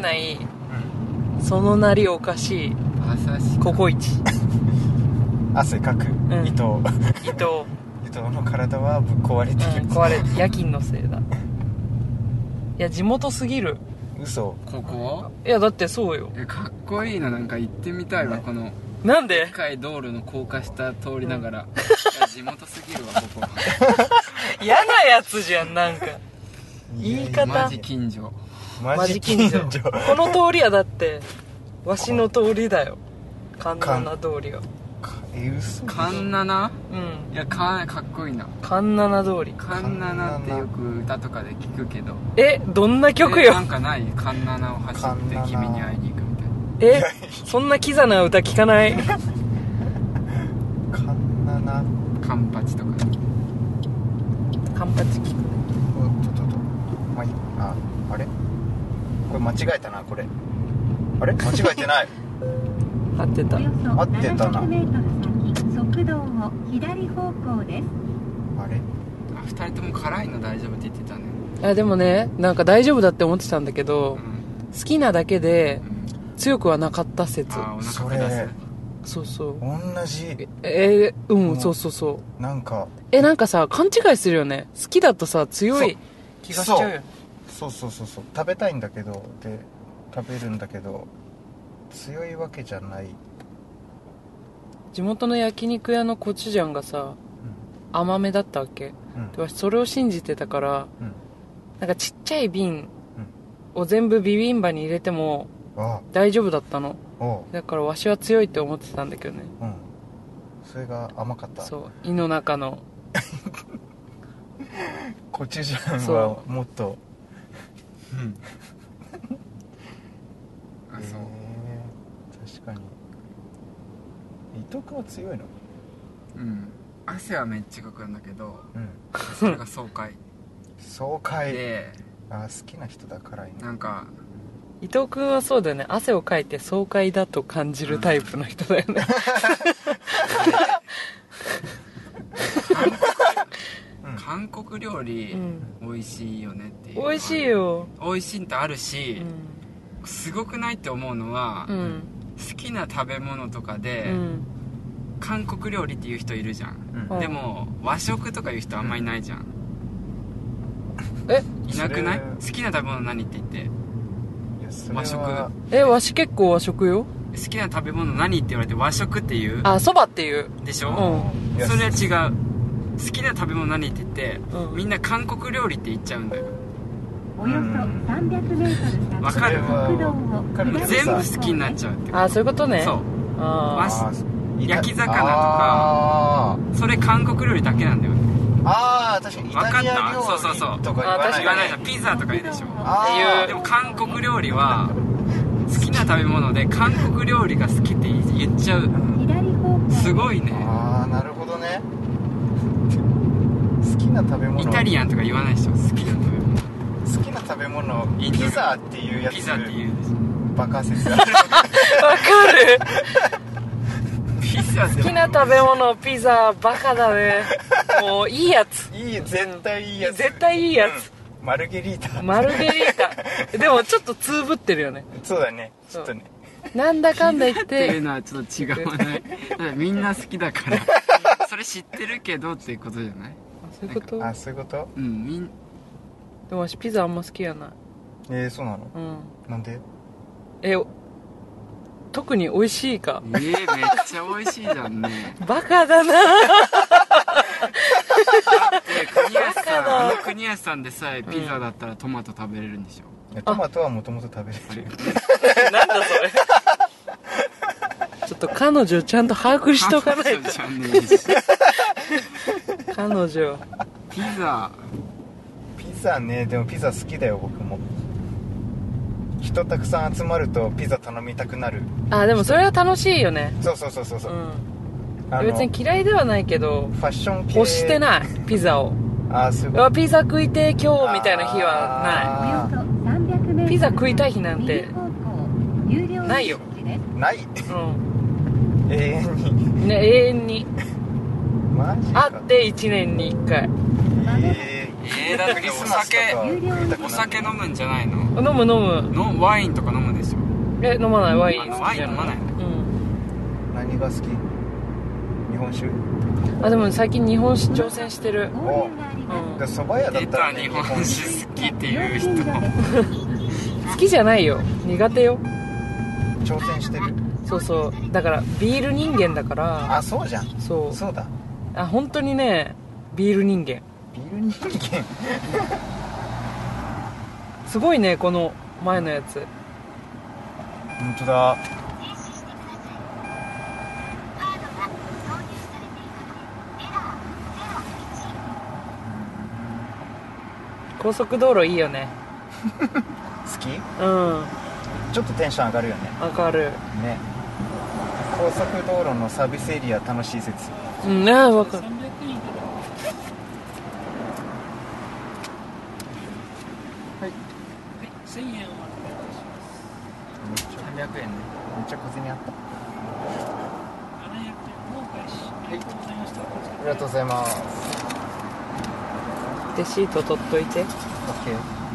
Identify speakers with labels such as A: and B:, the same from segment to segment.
A: ない
B: うん
A: そのなりおかしい
C: 朝し
A: ココイチ
B: 汗かく、
A: ん
B: 伊藤
A: 伊藤
B: 伊藤の体はぶっ壊れて
A: う
B: る
A: ん、壊れて夜勤のせいだいや地元すぎる
B: 嘘
C: ここ
A: いやだってそうよ
C: えかっこいいななんか行ってみたいわこの
A: なんで
C: 深い道路の高架下通りながら、いや地元すぎるわここ
A: 嫌なやつじゃんなんか言い方
C: マジ近所
B: マジ近所
A: マジこの通りはだってわしの通りだよ簡単な通りが
B: え嘘
C: カンナナ
A: うん
C: いやカンかっこいいな
A: 環七通り
C: カンナナってよく歌とかで聞くけど
A: えどんな曲
C: え
A: よ
C: なんかないカンナナを走って君に会いに行くみたいな
A: えそんなキザな歌聞かない
B: カンナナ
C: カンパチとか
A: カンパチ聞く
B: おっとっとっとまあいいああれこれ間違えたなこれあれ間違え てない
A: 合ってた
D: およそ
B: 合ってたな
D: 700メートル先側道を左方向です
B: あれ
C: あ二人とも辛いの大丈夫って言ってたね
A: あでもねなんか大丈夫だって思ってたんだけ
C: う
A: ど
C: ん、
A: 好きなだけで
C: うん、
A: 強くはなかった説
C: あーお
B: そ
C: 腹下す
B: れ
A: そうそう
B: 同じ
A: ええうん、
B: うん
A: そうそうそう
B: なんか
A: えなんかさ勘違いするよね好きだとさ強い
B: そう
A: 気がしちゃうよね
B: そうそうそうそう食べたいんだけどで食べるんだけど強いわけじゃない、
A: 地元の焼肉屋のコチュジャンがさ甘めだったわけ
B: うんうん
A: で私それを信じてたから
B: うん
A: なんかちっちゃい瓶を全部ビビンバに入れても
B: あ
A: 大丈夫だったの
B: おう
A: だからわしは強いって思ってたんだけどね
B: うんそれが甘かった
A: そう胃の中の
B: コチュジャンは
A: そ
B: もっと
C: あそう
B: えー確かに伊藤君は強いの
C: うん汗はめっちゃかくんだけど
B: うん
C: それが爽 快
B: 爽快
C: で
B: あ好きな人だからいいな
C: なんか
A: 伊藤君はそうだよね汗をかいて爽快だと感じるタイプの人だよね
B: うん
C: 韓国料
A: う
C: 理
A: ん
C: 美味しいよねっていう
A: 美味しいよ
C: 美味しいってある
A: う
C: し、
A: ん
C: すごくないって思うのは、
A: うん
C: 好きな食べ物とか
A: う
C: で、
A: ん
C: 韓国料理っていう人いるじゃん、
B: うん
A: うん
C: でも和食とかいう人あんまいないじゃん、
A: え
C: いなくない
B: それ
C: 好きな食べ物何って言って
B: いやそれ
C: 和食
B: は
A: えわし結構和食よ
C: 好きな食べ物何って言われて和食って言う
A: あそばっていう
C: でし
A: う
C: ょ、
A: ん
B: いや
C: それは違う好きな食べ物何って言って、
A: うん
C: みんな韓国料理って言っちゃうんだよ
D: およそ300メートル先
C: わかる
D: 側道を
B: わかるけどさ
C: 全部好きになっちゃうってこ
A: あそういうこと
C: と
A: ね
C: そう
A: あ
C: 和食
B: あー
C: 焼き魚とか
B: あー
C: それ韓国料理だけなんだよね
B: あー確かにイタリア料
C: わかったそうそうそう
B: 理とか言わ
A: あ
B: な
A: ー
C: 言
B: い
A: 確か
C: わ
A: に
C: ないじゃんピザとか言うでしょ
B: あー
C: でも韓国料理は好きな食べ物で韓国料理が好きって言っちゃう
D: 左方向
C: すごいね
B: ああなるほどね好きな食べ物
C: イタリアンとか言わないでしょ好きな食べ物
B: 好きな食べ物
C: インド
B: ピザっていうやつ
C: ピザって言うでしょ
B: バカ説ある
A: わかる
C: ピザ好
A: 好きな食べ物ピザバカだねもういいやつ
B: いい絶対いいやつ
A: 絶対いいや
B: うんマルゲリー タ
A: つマルゲリータでもちょっとつぶってるよね
B: そうだねち
A: そ
B: ょ
A: う
B: っとね
A: なんだかんだ言っ
C: っていう
A: て
C: のはちょっと違わないだからみんな好きだからそれ知ってるけどっていうことじゃない
A: あそういうことで
B: あそういうこと
C: うんみん
A: も私ピザあんま好きやない
B: えー、そうなの
A: うん
B: なんで
A: え特に美味しいか
C: えー、めっちゃ美味しいじゃんね
A: バカだな
C: で国安さ
A: バカだ
C: んあの国安さんでさえピザだったらトマト食べれるんでしょ、
B: いやトマトはもともと食べれ る
A: なんだそれちょっと彼女をちゃんと把握しとかない
C: トマト
A: と
C: じゃねえし
A: 彼女
C: ピザ
B: ピザねでもピザ好きだよ僕も人たくさん集まるとピザ頼みたくなる
A: あでもそれは楽しいよね
B: そうそうそうそうそうう、
A: ん
B: あの
A: 別に嫌いではないけど
B: ファッション系
A: 欲してないピザを
B: ああそういう
A: う
B: こ
A: わピザ食いてえ今日みたいな日は
D: およ
B: あ
D: そ300メートル
A: ピザ食いたい日なんて
D: 右方向有料
A: ないよ
D: 飲食です
B: とない
A: ないうん
B: 永遠に
A: ね永遠に
B: マジ
A: あ
B: か
A: って1年に1回
D: まもなく
B: え
C: えー、だってお酒
D: 有料飲
C: お酒飲むんじゃないの
A: 飲む飲む
C: のワインとか飲むんですよ
A: え飲まないワイン
C: あ
A: 好
C: の
A: き
C: ワイン
A: じゃ
C: 飲まないの
A: うん
B: 何が好き日本酒
A: あでも最近日本酒挑戦してる
D: 交流がありま
B: で蕎麦屋だ
C: 出
B: った
C: た
B: ら、
C: 日
B: ね、
C: 本酒好きっていう人
D: す料金所です
A: 好きじゃないよ苦手よ
B: 挑戦してる
A: そうそうだからビール人間だから
B: あそうじゃん
A: そう
B: そうだ
A: あ本当にねビール人間
B: ビール人間
A: すごいねこの前のやつ
B: 本当だ
A: 高速道路いいよね
B: 好き
A: うん
B: ちょっとテンション上がるよね
A: わかる
B: ね高速道路のサービスエリア楽しい説
A: うんあわかる
B: めっちゃ
C: 300円ね
B: めっちゃ小銭あったありがとうございます
A: でシート取っといて
B: OK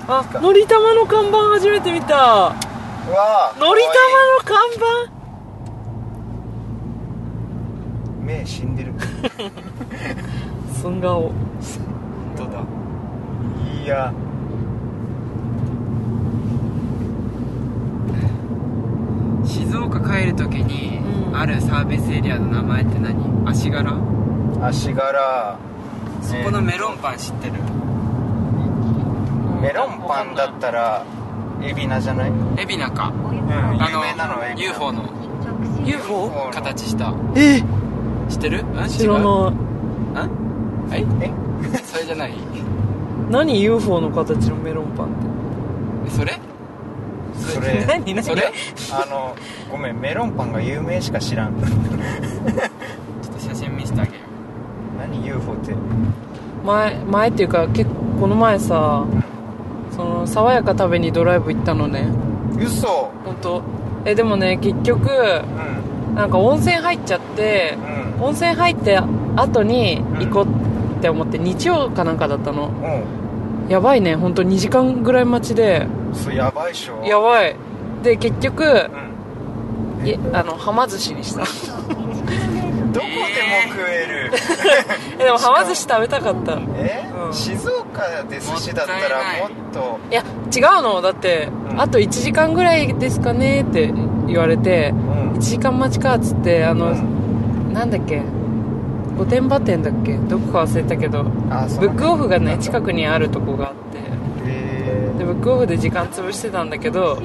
A: あのりたまの看板初めて見た
B: うわー
A: のりたまの看板
B: かわいい目死んでる
A: そん顔
C: どうだ
B: いや
C: 静岡帰る時に
A: うん
C: あるサービスエリアの名前って何足柄
B: 足柄
C: そこのメロンパン知ってる
B: メロンパンだったら海老名じゃない
C: 海老名か
D: およそ
C: あ
B: 有名なのは
C: の UFO の
D: 直進
A: UFO
C: 形した
B: え
C: 知ってるうん
A: 知ら
C: 違うん
A: な
C: はい
B: え
C: それじゃない
A: い何 UFO の形のメロンパン
C: それ
B: そ
A: って
B: れ
A: 何何
C: それ
B: あのごめんメロンパンが有名しか知らん
C: ちょっと写真見せてあげる
B: 何 UFO って
A: 前前っていうか結構この前さその爽やか食べにドライブ行ったのね
B: 嘘
A: 本当えでもね結局
B: うん
A: なんか温泉入っちゃって
B: うん
A: 温泉入って後に行こうって思って日曜かなんかだったのやばいね本当2時間ぐらい待ちで
B: うんそれやばいっしょ
A: やばいで結局
B: うん
A: いあのはま寿司にした
B: どこでも食える、
A: えでもはま寿司食べたかったい
B: え、
A: うん
B: 静岡で寿司だったらもっと
A: や違うのだって、
B: うん
A: あと1時間ぐらいですかねって言われて
B: うん
A: 1時間待ちかっつってあの、
B: うん
A: なんだっけ御殿場店だっけどこか忘れたけど
B: あ
A: ブックオフがね近
B: く
A: くにあるとこがあって
B: え
A: でブックオフで時間潰してたんだけど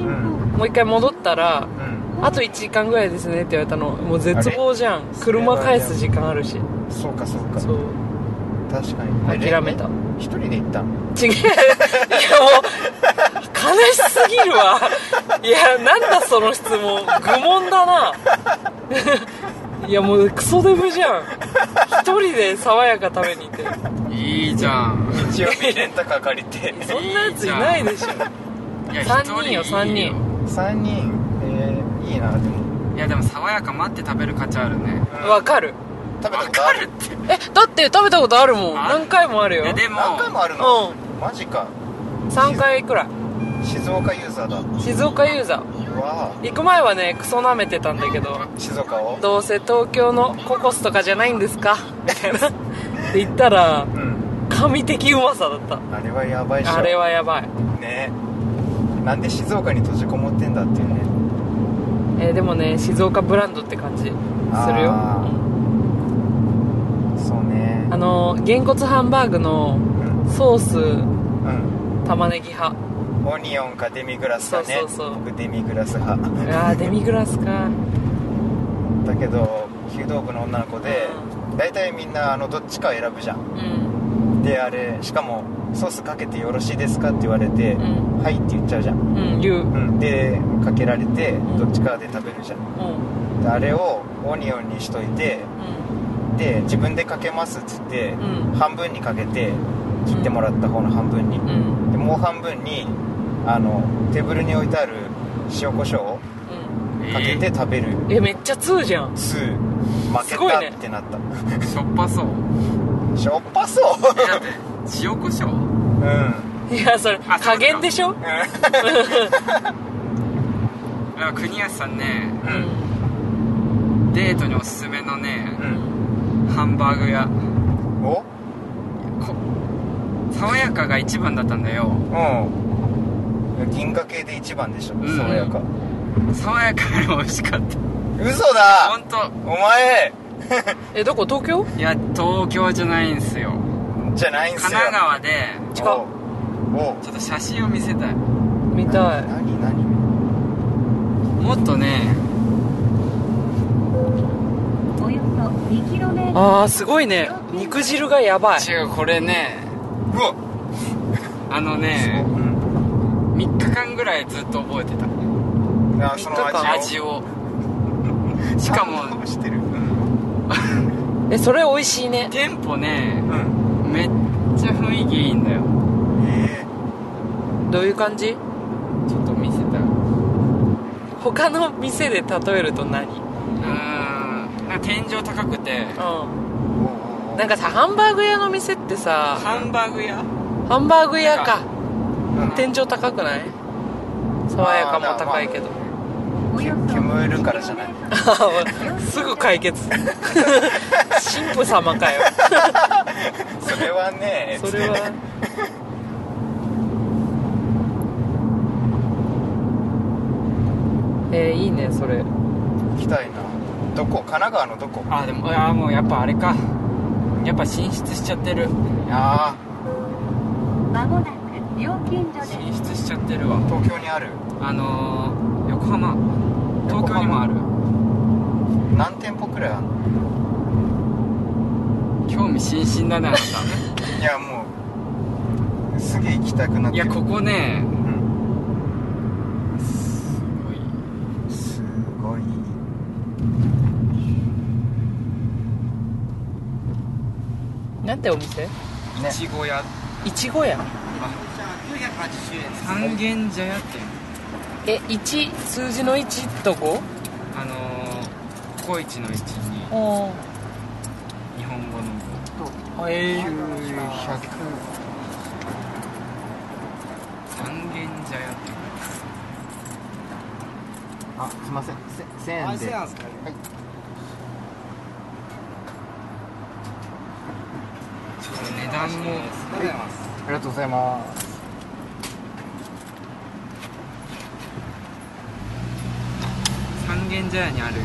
A: もう一回戻ったら
B: ー、う
A: 「
B: ん
A: あと1時間ぐらいですね」って言われたのもう絶望じゃん車返す時間あるし
B: そうかそうか
A: そう
B: 確かに
A: 諦めた
B: え一人で行ったの
A: 違ういやもう悲しすぎるわいやなんだその質問愚問だな いやもうクソデブじゃん一人で爽やか食べに行って
C: いいじゃん
B: 日曜日レンタカー借りて
A: そんなやついないでしょ
C: いや
A: 三
C: 一
A: 人よ
C: いい
A: 三人
B: 3人えー、いいなでも
C: いやでも爽やか待って食べる価値あるね
A: わかる
B: 食べたことある
C: って
A: えだって食べたことあるもん
C: あ
A: 何回もあるよ
C: いやでも
B: 何回もあるの、
A: う
B: マジか
A: 3回くらい
B: 静岡ユーザーだう
A: 静岡ユーザー
B: わあ
A: 行く前はねクソ舐めてたんだけど
B: 静岡を
A: どうせ東京のココスとかじゃないんですかみたいなって言ったら
B: うん
A: 神的うまさだった
B: あれはやばいっしょ
A: あれはやばい、
B: ねなんで静岡に閉じこもってんだっていうね
A: えーでもね静岡ブランドって感じするよ
B: あ
A: あ
B: そうね
A: のげんこつハンバーグの
B: うん
A: ソー
B: うん
A: ス玉ねぎ派
B: オニオンかデミグラスだね
A: そうそうそう
B: 僕デミグラス派
A: あーデミグラスか
B: だけど弓道部の女の子で大体みんなあのどっちかを選ぶじゃん
A: うん
B: であれしかも「ソースかけてよろしいですか?」って言われて「
A: ん
B: はい」って言っちゃうじゃん、
A: うん言う
B: うん、でかけられて
A: ん
B: どっちかで食べるじゃん
A: うん
B: であれをオニオンにしといてで自分でかけますっつって、
A: ん
B: 半分にかけて切ってもらった方の半分に
A: うんうん
B: でもう半分にあのテーブルに置いてある塩コショウをかけて食べる
A: うんえめっちゃ通じゃん
B: す負
A: す
B: け
A: ごい
B: た
A: ね
B: ってなった、
C: しょっぱそう
B: しょっぱそう
C: いや塩コショウ
B: うん
A: いやそれ
C: あそう
A: 加減でしょ
C: あ国安さんね
A: う
B: うん
A: ん
C: デートにおすすめのね
B: うん
C: ハンバーグ屋
B: うんお
C: こ爽やかが一番だったんだよ
B: うん銀河系で一番でしょ
C: ん
B: 爽やか
C: 爽やかよりも美味しかった
B: 嘘だ
C: 本当
B: お前
A: えどこ東京
C: いや東京じゃないんすよ
B: じゃないん
C: 神
B: すよ
C: 奈川で
A: 川違
B: おお
C: ちょっと写真を見せたい
A: 見たい
B: 何何
C: もっとね
D: およそ 2km
A: ああすごいね肉汁がやばい
C: 違うこれね
B: うわ
C: あのね3日間ぐらいずっと覚えてた
B: うんあその
A: 三日間
B: 味
C: 味
B: を
C: を しかも
B: 知ってるうん
A: えそれ美味しいね
C: 店舗ね
B: うん
C: めっちゃ雰囲気いいんだよ
B: え
A: どういう感じ
C: ちょっと見せたう
A: 他の店で例えると何
C: ーんなんか天井高くて
A: う
B: ーおお
A: んなんかさハンバーグ屋の店ってさ
C: ハンバーグ屋
A: ハンバーグ屋か
B: うん
A: 天井高くない爽やかも高いけど
D: およそ
B: 煙るからじゃない
A: すぐ解決神父様かよ
B: それはね
A: それはえー、いいねそれ
B: 行きたいなどこ神奈川のどこ
C: あでもいやもうやっぱあれかやっぱ進出しちゃってる
B: あ
D: まもなく料金所です
C: 進出しちゃってるわ
B: ー東京にある
C: あのー、横浜東京にもある
B: 何店舗くらいあるの
C: 興味津々だねあなた
B: いやもうすげえ行きたくな
C: い
B: っ て
C: や
B: る
C: ここね
B: うんすごい
A: なんてお店
B: ね
C: いちご屋
A: いちご屋
C: 三軒茶屋ってい
A: え
C: う
A: 一数字の1と5
C: あのー、ココイチの位置に
A: お
C: 日本語の
A: おえー
B: 900
C: 三軒茶屋っていう
B: あすいませんせ1000円で
C: ちょっと値段も
B: ありがとうございます
C: 三軒茶屋にあるよ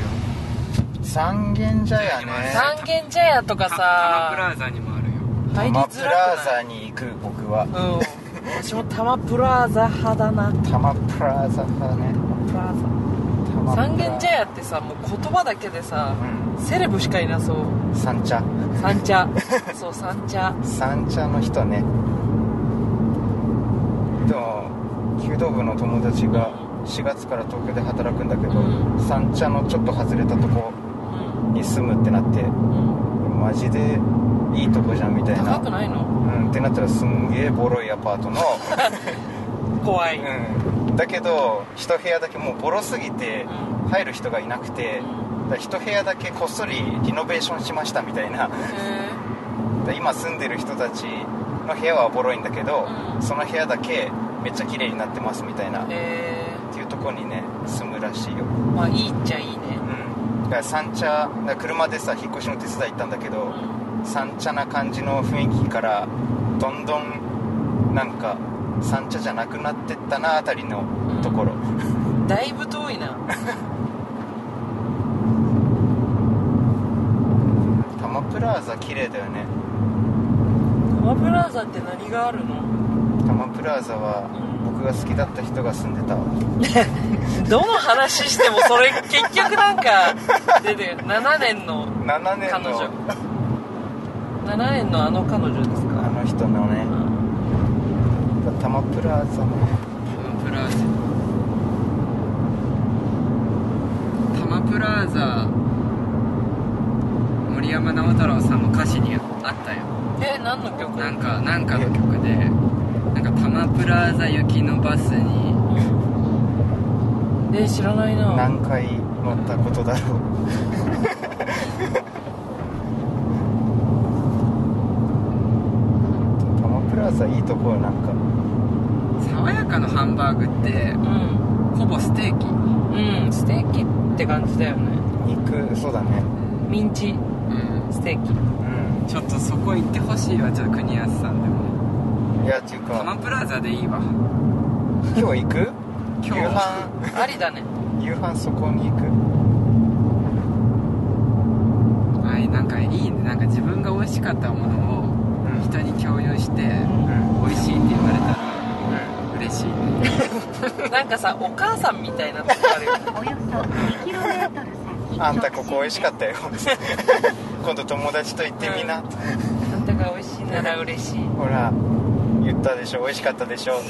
B: 三軒茶屋ね
A: 三軒茶屋とか
C: たタマプ
A: さ
C: ラザにもあるよ
A: 入りづらく
B: プラ
A: な
B: ザ
A: い
B: に行く僕は
A: うん私も玉プラザ派だな
B: タマプラザ派ね
A: プラ
B: タマ
A: ザ
B: プラ
A: 三軒茶屋ってさもう言葉だけでさ
B: うん
A: セレブしかいなそう
B: 三茶
A: 三 茶そう三茶
B: 三茶の人ねでも弓道部の友達が4月から東京で働くんだけど、
A: うん
B: 三茶のちょっと外れたとこ
A: うん
B: に住むってなって
A: うん
B: マジでいいとこじゃんみたいな
A: 高くないの
B: うん、ってなったらすんげえボロいアパートの、
A: 怖い、うん
B: うん、だけど一部屋だけもうボロすぎて入る人がいなくてだから一部屋だけこっそりリノベーションしましたみたいな
A: へ
B: で今住んでる人たちの部屋はボロいんだけど、
A: うん
B: その部屋だけめっちゃ綺麗になってますみたいなっ
A: ーえ
B: ていうとこにね住むらしいよ、
A: ー、まあいいっちゃいいね
B: うん、だから三茶だから車でさ引っ越しの手伝い行ったんだけど三茶な感じの雰囲気からどんどんなんか三茶じゃなくなってったなあたりのところ、
A: だいぶ遠いな
B: タマプラザ綺麗だよね
A: 玉プラザって何があるの
B: タマプラザは僕が好きだった人が住んでたわ
A: どの話してもそれ結局なんか出てる7年の
B: 7年
A: 彼
B: の
A: 女7年のあの彼女です
B: あ
A: か
B: の人のねタマプラザね
C: タマプラザタマプラザ森山直太朗さんの歌詞にあったよ
A: え何の曲
C: なんかなんかの曲でなんか「タマプラザ行きのバスに
A: うんえ知らないな
B: 何回乗ったことだろう 玉ざわざいいとこはなんか
C: 爽やかのハンバーグって
A: うん
C: ほぼステーキ
A: うんステーキって感じだよね
B: 肉そうだね
A: ミンチ
C: うん
A: ステーキ
B: う
C: ちょっとそこ行ってほしいわちょっと国安さんでも
B: んいやっていう
C: 多摩
B: か
C: プラザでいいわ
B: 今日行く
C: 今日
B: 夕飯
A: ありだね
B: 夕飯そこに行く
C: はいなんかいいねなんか自分が美味しかったものを
B: うん
C: 人に共有して
B: う
C: 美
B: ん
C: 味しいって言われたら嬉しいね
A: なんかさお母さんみたいなとこあるよね
D: およそ 2km 先
B: あんたここ美味しかったよ 今度友達と行ってみな、
A: あんたが美味しいなら嬉しい
B: ほら言ったでしょ美味しかったでしょ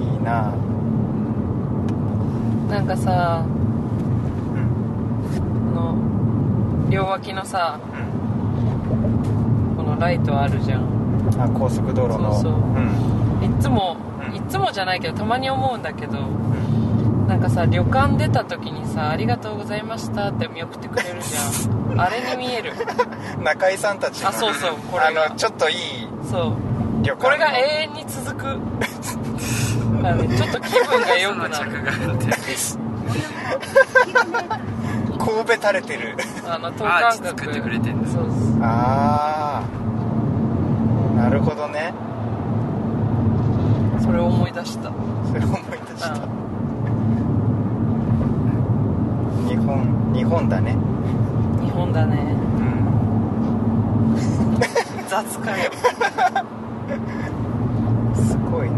B: いいな
A: なんかさ
B: うん
A: この両脇のさ
B: うん
A: このライトあるじゃん
B: あ高速道路の
A: そうそうんいつも
B: うん
A: いつもじゃないけどたまに思うんだけど
B: うん
A: なんかさ旅館出た時にさ「ありがとうございました」って見送ってくれるじゃんあれに見える
B: 中居さんたちの
A: あそうそうこれが
B: あのちょっといい
A: そう
B: 旅館
A: これが
B: え
A: 永遠に続くあのねちょっと気分が良
C: そ
A: くな
C: の
A: る
C: 着眼って
B: 神戸垂れてる
A: あの等
C: アー
A: 間
C: チ
A: 隔
C: 作ってくれてんだ
A: そう
B: ああなるほどね
A: それを思い出した
B: それ思い出した、
A: う
B: 日本日本だね
A: ん日本だね
B: うん
A: 雑かよ
B: すごいな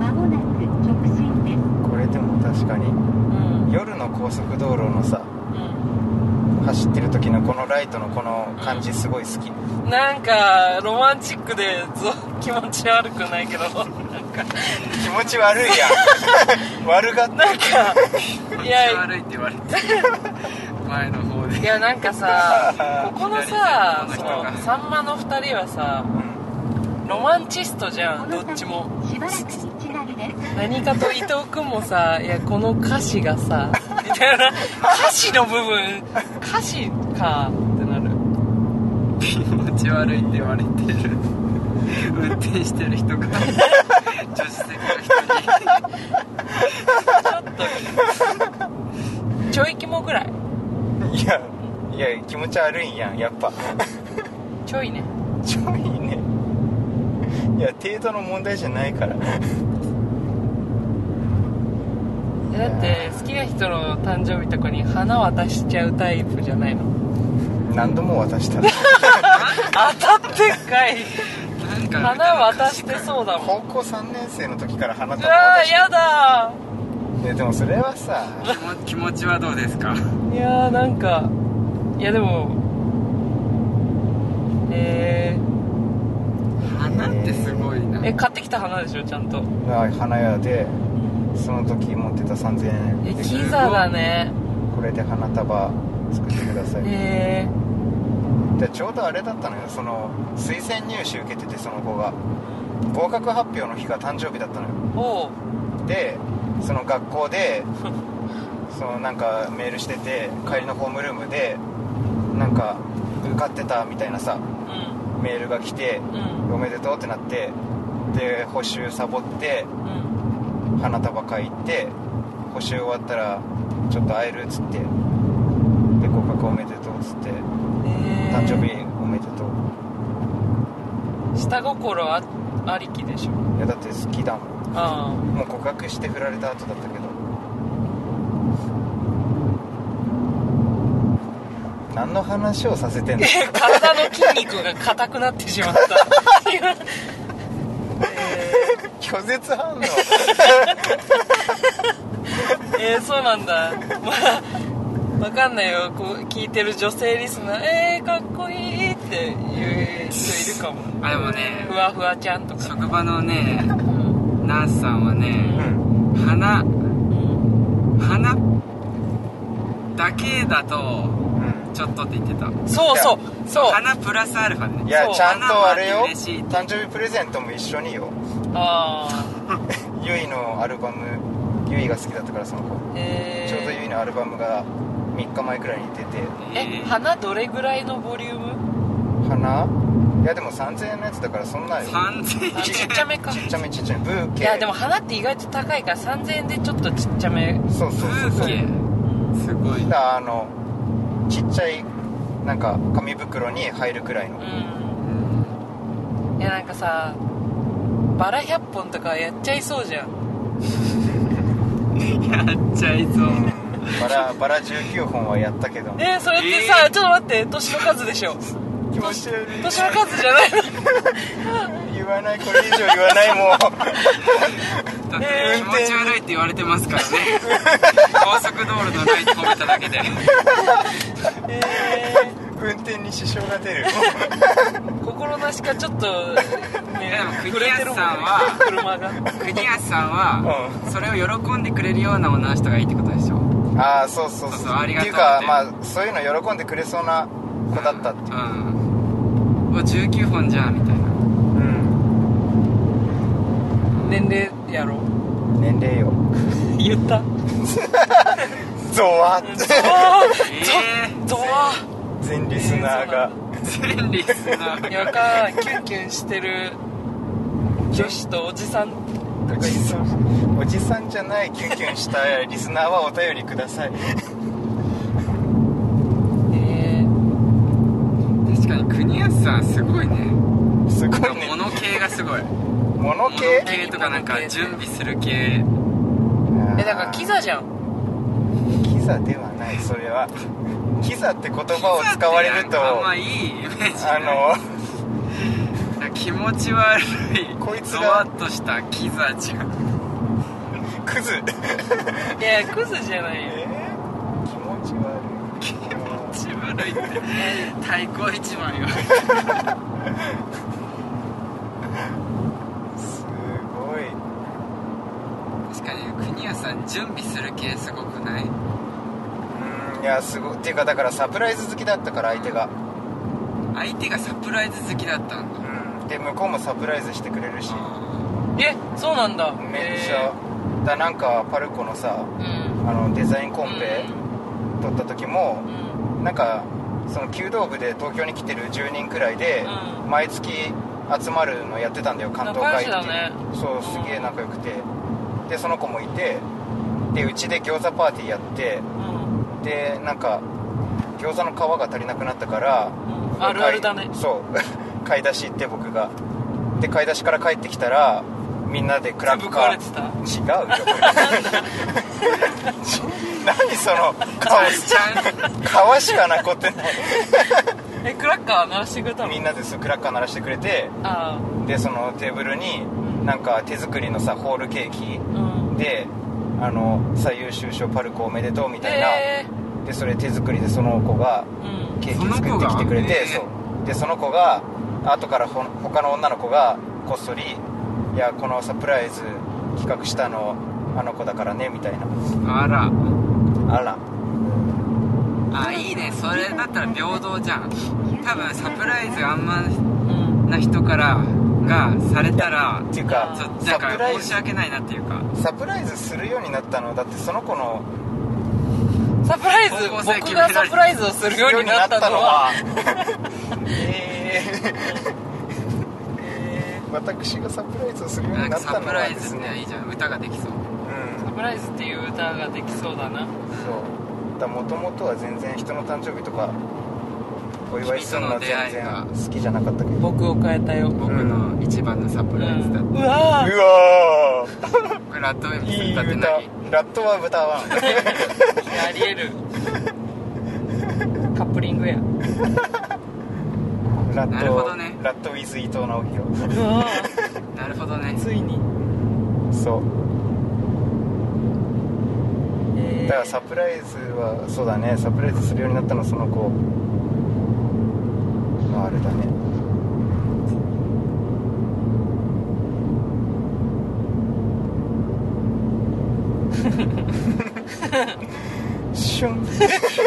D: まもなく直進です
B: これでも確かに
A: うん
B: 夜の高速道路のさ
A: う
B: 走ってる時のこのライトのこの感じすごい好き、
A: んなんかロマンチックでぞ気持ち悪くないけどなんか
B: 気持ち悪い やん悪がった
A: なんかい
C: 気持ち
A: や
C: 悪いって言われて前の方で
A: いやなんか さここのさ
C: 左手
A: そ
C: の方の人が
A: のさんまの2人はさ
B: うん
A: ロマンチストじゃ
D: こ
A: ん
D: の
A: どっちも
D: 先しばらく一覧です
A: 何かと伊藤君もさいやこの歌詞がさみたいな歌詞の部分歌詞かってなる
C: 気持ち悪いって言われてる運転してる人が助手席の人に
A: ちょいキモぐらい
B: いやいや気持ち悪いやんやっぱ
A: ちょいね
B: ちょいねいや程度の問題じゃないから
A: いやだって好きな人の誕生日とかに花渡しちゃうタイプじゃないの
B: 何度も渡したら
A: 当たってんかい
C: なんか
A: 花渡してそうだもん
B: 高校3年生の時から花
A: う
B: 束
A: わ
B: 渡
A: ー
B: して
A: やだ
B: いやでもそれはさ
C: 気持気持ちはどうですか
A: ーいやーなんかいやでもえ
C: 花ってすごいな
A: ー、え買ってきた花でしょちゃんと
B: はい花屋でその時持ってた3000円
A: え
B: で
A: キザだね
B: これで花束作ってください、
A: え
B: でちょうどあれだったのよその推薦入試受けててその子が合格発表の日が誕生日だったのよ
A: ー、おう
B: でその学校でそのなんかメールしてて帰りのホームルームでなんか受かってたみたいなさ
A: うん
B: メールが来て
A: うん
B: おめでとうってなってで補習サボって
A: うん
B: 花束買い行って補習終わったらちょっと会えるっつってで合格おめでとうっつって
A: えー、
B: 誕生日おめでとう
A: 下心あありきでしょ
B: いやだって好きだもん
A: あ
B: もう告白して振られた後だったけど何の話をさせてん
A: あ
B: の
A: 体の筋肉が硬くなってしまった、 え
B: 拒絶反応
A: ーえーそうなんだまあわかんないよこう聞いてる女性リスナー「えー、かっこいい」って言う人いるかも
C: あでもね
A: ふわふわちゃんとか
C: 職場のね
A: うん
C: ナースさんは
B: う
C: ね
B: ん
C: 花
A: うん
C: 花だけだと
B: う
C: ちょっとって言ってた
A: そうそうそう
C: 花プラスアルファ
B: んい
C: ね
A: そ
B: や
A: う
B: ちゃんとあれよ
C: 嬉しい
B: 誕生日プレゼントも一緒によ
A: ああ
B: ゆいのアルバムゆいが好きだったからその子
A: えー、
B: ちょうどゆいのアルバムが3日前くらいに出て
A: え花どれぐらいのボリューム
B: 花いやでも3000円のやつだからそんなよ
C: 3000円
A: あちっちゃめか
B: ちっ
A: い
B: ちゃめちっちゃめブーケ
A: やでも花って意外と高いから3000円でちょっとちっちゃめ
B: そうそうそう
C: ブ
B: そう
C: ーケすごい
B: だからあのちっちゃいなんか紙袋に入るくらいの
A: うんいやなんかさバラ100本とかやっちゃいそうじゃん
C: やっちゃいそう
B: バラバラ19本はやったけど
A: えー、それってさ、
C: えー
A: ちょっと待って年の数でしょ
B: 気持ち悪い
A: 年の数じゃないの
B: 言わないこれ以上言わないもう
C: だっ
A: え
C: て
A: ー
C: 気持ち悪いって言われてますからね高速道路のライト止めただけで
A: え
B: 運転に支障が出る
A: ー、 心なしかちょっと、ね
C: でも、
A: 触れてるもんね
C: 国安さんは
A: 車が
C: 国安さんはそれを喜んでくれるような女の人がいいってことでしょ
B: ああそうそうそう
C: そうそうありが
B: って
C: と
B: いうう
C: ね
B: かまあそういうの喜んでくれそうな子だったっていう
C: うんもう19本じゃんみたいな
B: うん
A: 年齢やろ
B: 年齢よ
A: 言 った
B: ゾワッ
A: ゾワ
C: え
A: ーゾワ
B: 全リスナーが
C: ー全リスナ
A: ー
C: ー
A: やかキュンキュンしてる女子とおじさんとかいそう
B: おじさんじゃないキュンキュンしたリスナーはお便りください
A: えー
C: 確かに国安さんすごいね
B: すごいね
C: 物系がすごい
B: 物
C: 物
B: 系
C: 系とかなんか準備する系
A: えだからキザじゃん
B: キザではないそれはキザって言葉を使われると
C: あん
B: あ
C: まいいイメージない
B: の
C: 気持ち悪い
B: こいつが
C: ゾワッとしたキザじゃん
B: クズ
A: いやいやクズじゃない
B: え
A: よ
B: ー気持ち悪い気持
C: 気持ち悪いって太鼓一番よ
B: すごい
C: 確かに国谷さん準備する系すごくないう
B: ーんいやすごいっていうかだからサプライズ好きだったから相手が、
C: 相手がサプライズ好きだったんだ
B: うん、で向こうもサプライズしてくれるし
A: えそうなんだ
B: めっちゃ、だからなんかパルコのさ
A: えー
B: あのデザインコ
A: コ
B: ンペ撮った時も
A: うん、
B: なんかその弓道部で東京に来てる10人くらいで、
A: うん
B: 毎月集まるのやってたんだよ関東会っていう
A: 仲良しだね
B: そうすげえ仲良くてでその子もいてでうちで餃子パーティーやって
A: うん
B: でなんか餃子の皮が足りなくなったから
A: うんあるあるだね
B: 買いそう 買い出し行って僕がで買い出しから帰ってきたらみんなでクラブ
A: ぶ
B: カ
A: 食われ
B: ー
A: てた
B: 違うよ 何その顔
C: ちゃん
B: 皮しか残っ てない
A: えクラッカー鳴らしてくれたの
B: みんなでそうクラッカー鳴らしてくれて
A: あ
B: でそのテーブルになんか手作りのさホールケーキ
A: あうん
B: であの最優秀賞パルコおめでとうみたいな、
A: え
B: でそれ手作りでその子が
A: ーうん
B: ケーキ作ってきてくれて
C: そ
B: そ
C: の子
B: うでその子が後からほ他の女の子がこっそり「いやこのサプライズ企画したのあの子だからね」みたいな
C: あら
B: あら
C: あいいねそれだったら平等じゃん多分サプライズあんま
A: うん
C: な人からがされたら
B: っていう
C: ち
B: か
C: ょっとな
B: サ
C: ん
B: プ
C: か
B: ライ
C: 申し
B: ズ
C: 訳ないなっていうか
B: サプライズするようになったのだってその子の
A: サプライズ
C: 方向性
A: 僕がサプライズをするようになったのは
B: えー 私がサプライズをするよう
C: な
B: に
C: ん
B: な
C: か
B: った
C: サ
B: の
C: プ
B: は
C: ライ
B: で
C: ズ
B: す
C: ってい
B: ね
C: いじゃん歌ができそう
B: うん
A: サプライズっていう歌ができそうだな
B: そうだもともとは全然人の誕生日とかお祝いするのは全
C: 君との出会いが
B: 然好きじゃなか ったけど
A: 僕を変えたよ、
C: 僕の一番のサプ
A: う
C: ライズだっ
A: ん、うわ
B: うわ
C: たこれラッドウェブ
B: ーい
C: に
B: い
C: 歌って
B: 歌
C: 何
B: ラットは歌わん
A: ーありえるカップリングや
B: ラ
C: な
B: ッ
C: るほ
B: ト
C: どね
B: ラットウィズ伊藤直弘
A: うわ
C: なるほどね
A: ついに、
B: そう
A: えー
B: だからサプライズはそうだねサプライズするようになったのその子まああれだねシュン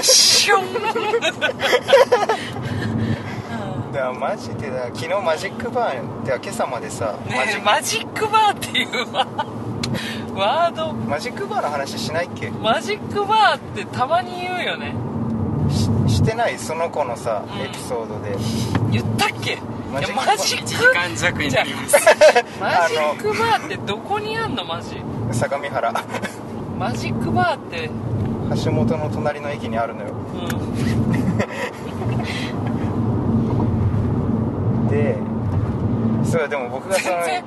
A: シュン
B: だからマジでだ昨日マジックバーンでは今朝までさ、
A: ねえマジックバーっていうわワード
B: マジックバーの話しないっけ
A: マジックバーってたまに言うよね
B: ししてないその子のさ、
A: うん
B: エピソードで
A: 言ったっけマ
B: マジッ
A: ジ
B: ク
A: ッ
B: バ
A: クマジッ
C: 時
B: ー
A: ク
C: 間弱になります
A: マジックバーってどこにあんのマジ
B: 相模原
A: マジックバーって
B: 橋本の隣の駅にあるのよ
A: うん
B: でそうでも僕がそ
A: 全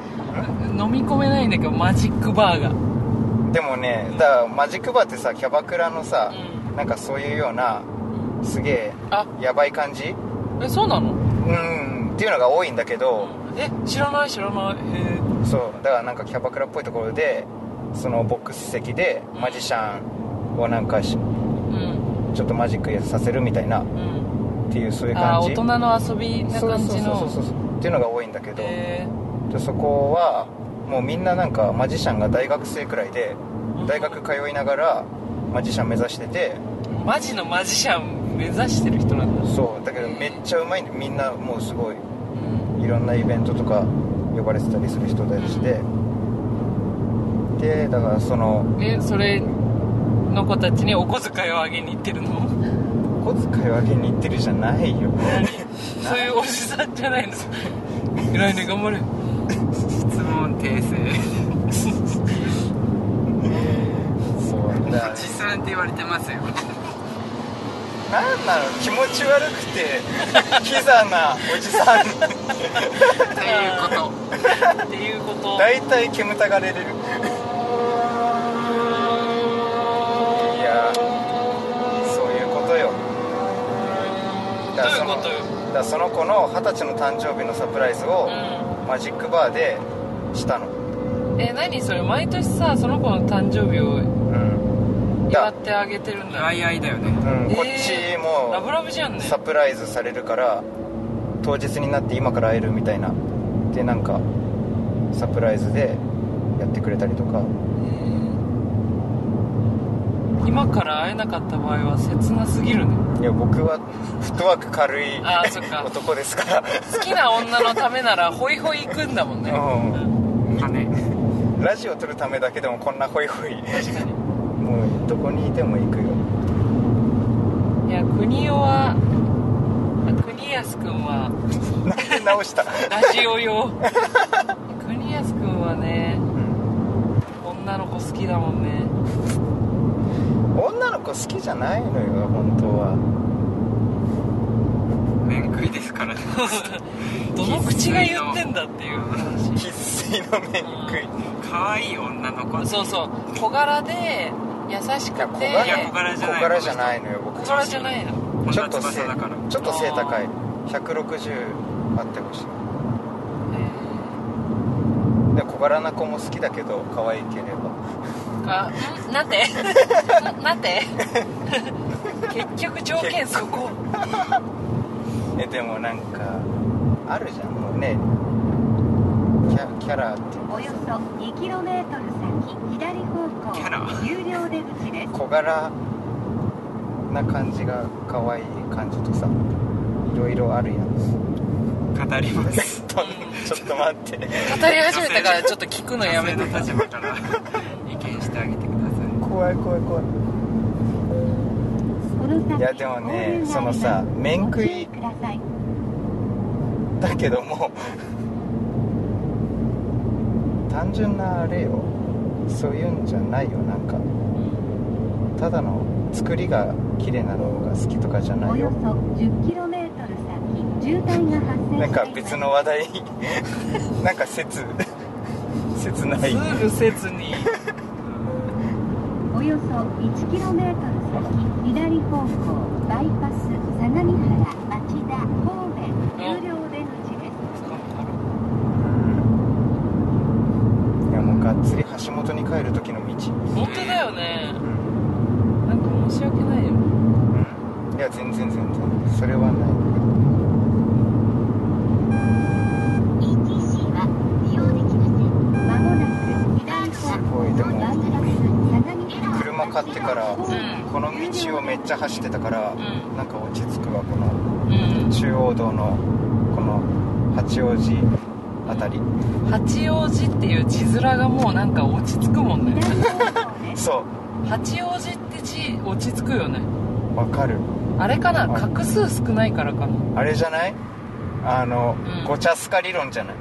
A: 然
B: の
A: 飲み込めないんだけどマジックバーが
B: でもねだからマジックバーってさキャバクラのさ、
A: う
B: なんかそういうようなすげえ
A: あ
B: やばい感じ
A: えそうなの
B: うんっていうのが多いんだけど、
A: え知らない知らないえ
B: そうだからなんかキャバクラっぽいところでそのボックス席でマジシャンをなんかし
A: うん
B: ちょっとマジックさせるみたいなっ
A: うん
B: ていうそういう
A: あ
B: 感
A: あ
B: じ
A: 大人の遊びな感じ
B: そうそうそう
A: の
B: そうそうっていうのが多いんだけど、
A: え
B: でそこはもうみんななんかマジシャンが大学生くらいで
A: ん
B: 大学通いながらマジシャン目指してて
A: ーマジのマジシャン目指してる人なんだ
B: そうだけどめっちゃうまいんでみんなもうすごいいろんなイベントとか呼ばれてたりする人たちで、でだからその
A: えそれの子たちにお小遣いをあげに行ってるの
B: 小遣いをあげに行ってるじゃないよ
A: そういうおじさんじゃないの 来年頑張れ
C: 質問訂正
B: そうだ
C: おじさんって言われてますよ
B: なんなの気持ち悪くて キザなおじさん
C: ということ
A: っていうこと
B: 大体煙たがれれるいやそういうことよだからその
A: どういうこと
B: だからその子の二十歳の誕生日のサプライズを
A: う
B: マジックバーでしたの
A: え何それ毎年さその子の誕生日を
B: うん
A: 祝ってあげてるんだ
C: あいあいだよね
B: うん
A: えー
B: こっち
A: ラブ
B: も
A: ラブじゃんね
B: サプライズされるから当日になって今から会えるみたいなでなんかサプライズでやってくれたりとか
A: 今から会えなかった場合は切なすぎるね
B: いや僕はフットワーク軽い
A: あーそっか
B: 男ですから
A: 好きな女のためならホイホイ行くんだもんね
B: う
C: 金
B: ラジオ撮るためだけでもこんなホイホイ
A: 確かに
B: もうどこにいても行くよ
A: いや国雄はあ国安くんは
B: なんで直した、
A: ラジオ 用国安くんはね
B: うん
A: 女の子好きだもんね
B: 女の子好きじゃないのよ本当は
C: 面食いですからね
A: どの口が言ってんだっていう話
B: 生粋の目に食い
C: 可愛い女の子
A: そうそう小柄で優しくて
B: いや
C: いや小柄じゃない
B: 小柄じゃないのよ僕
A: 小柄じゃないの
C: 本
B: ちょ
C: 田
B: っと背
C: 翼だから
B: ちょっと背高い160あってほしいで小柄な子も好きだけど可愛ければ
A: あん なんてんなんて結局条件そこ
B: えでもなんかあるじゃんもうねキャキャラっていうか
D: およそ 2km 先左方向
C: キャラ
D: 有料出口です
B: 小柄な感じが可愛い感じとさいろいろあるやん
C: 語ります
B: と ちょっと待って
A: 語り始めたからちょっと聞くのやめて
C: 女性の立場から意見してあげてください
B: 怖い怖い怖い
D: この先
B: いやでもね
D: 交流があります
B: そのさ面食い
D: ご注意ください
B: だけども単純なあれよそういうんじゃないよなんかただの作りが綺麗なのが好きとかじゃな
D: お
B: い
D: よ
B: よ
D: そ 10km 先渋滞が発生しています
B: なんか別の話 題なんか切切ない
A: すぐせずに
D: およそ 1km 先左方向バイパス相模原町田神戸有料出口です
B: いやもうがっつり橋本に帰る時の道
A: 本当だよね
B: うん
A: なんか申し訳ないよ
B: うんいや全然全然それはない
D: まもなく左方向のバイパス相模原町田神戸
B: 車買ってから
A: ん
B: この道をめっちゃ走ってたから
A: う
B: なんか落ち着くわこの
A: んうん
B: 中央道のこの八王子あたり
A: 八王子っていう字面がもうなんか落ち着くもんね
D: 左方向です
B: そ
A: 八王子って字落ち着くよね
B: うわかる
A: あれかな
B: はい
A: 画数少ないからかな
B: あれじゃないあの、
A: うん
B: ごちゃすか理論じゃない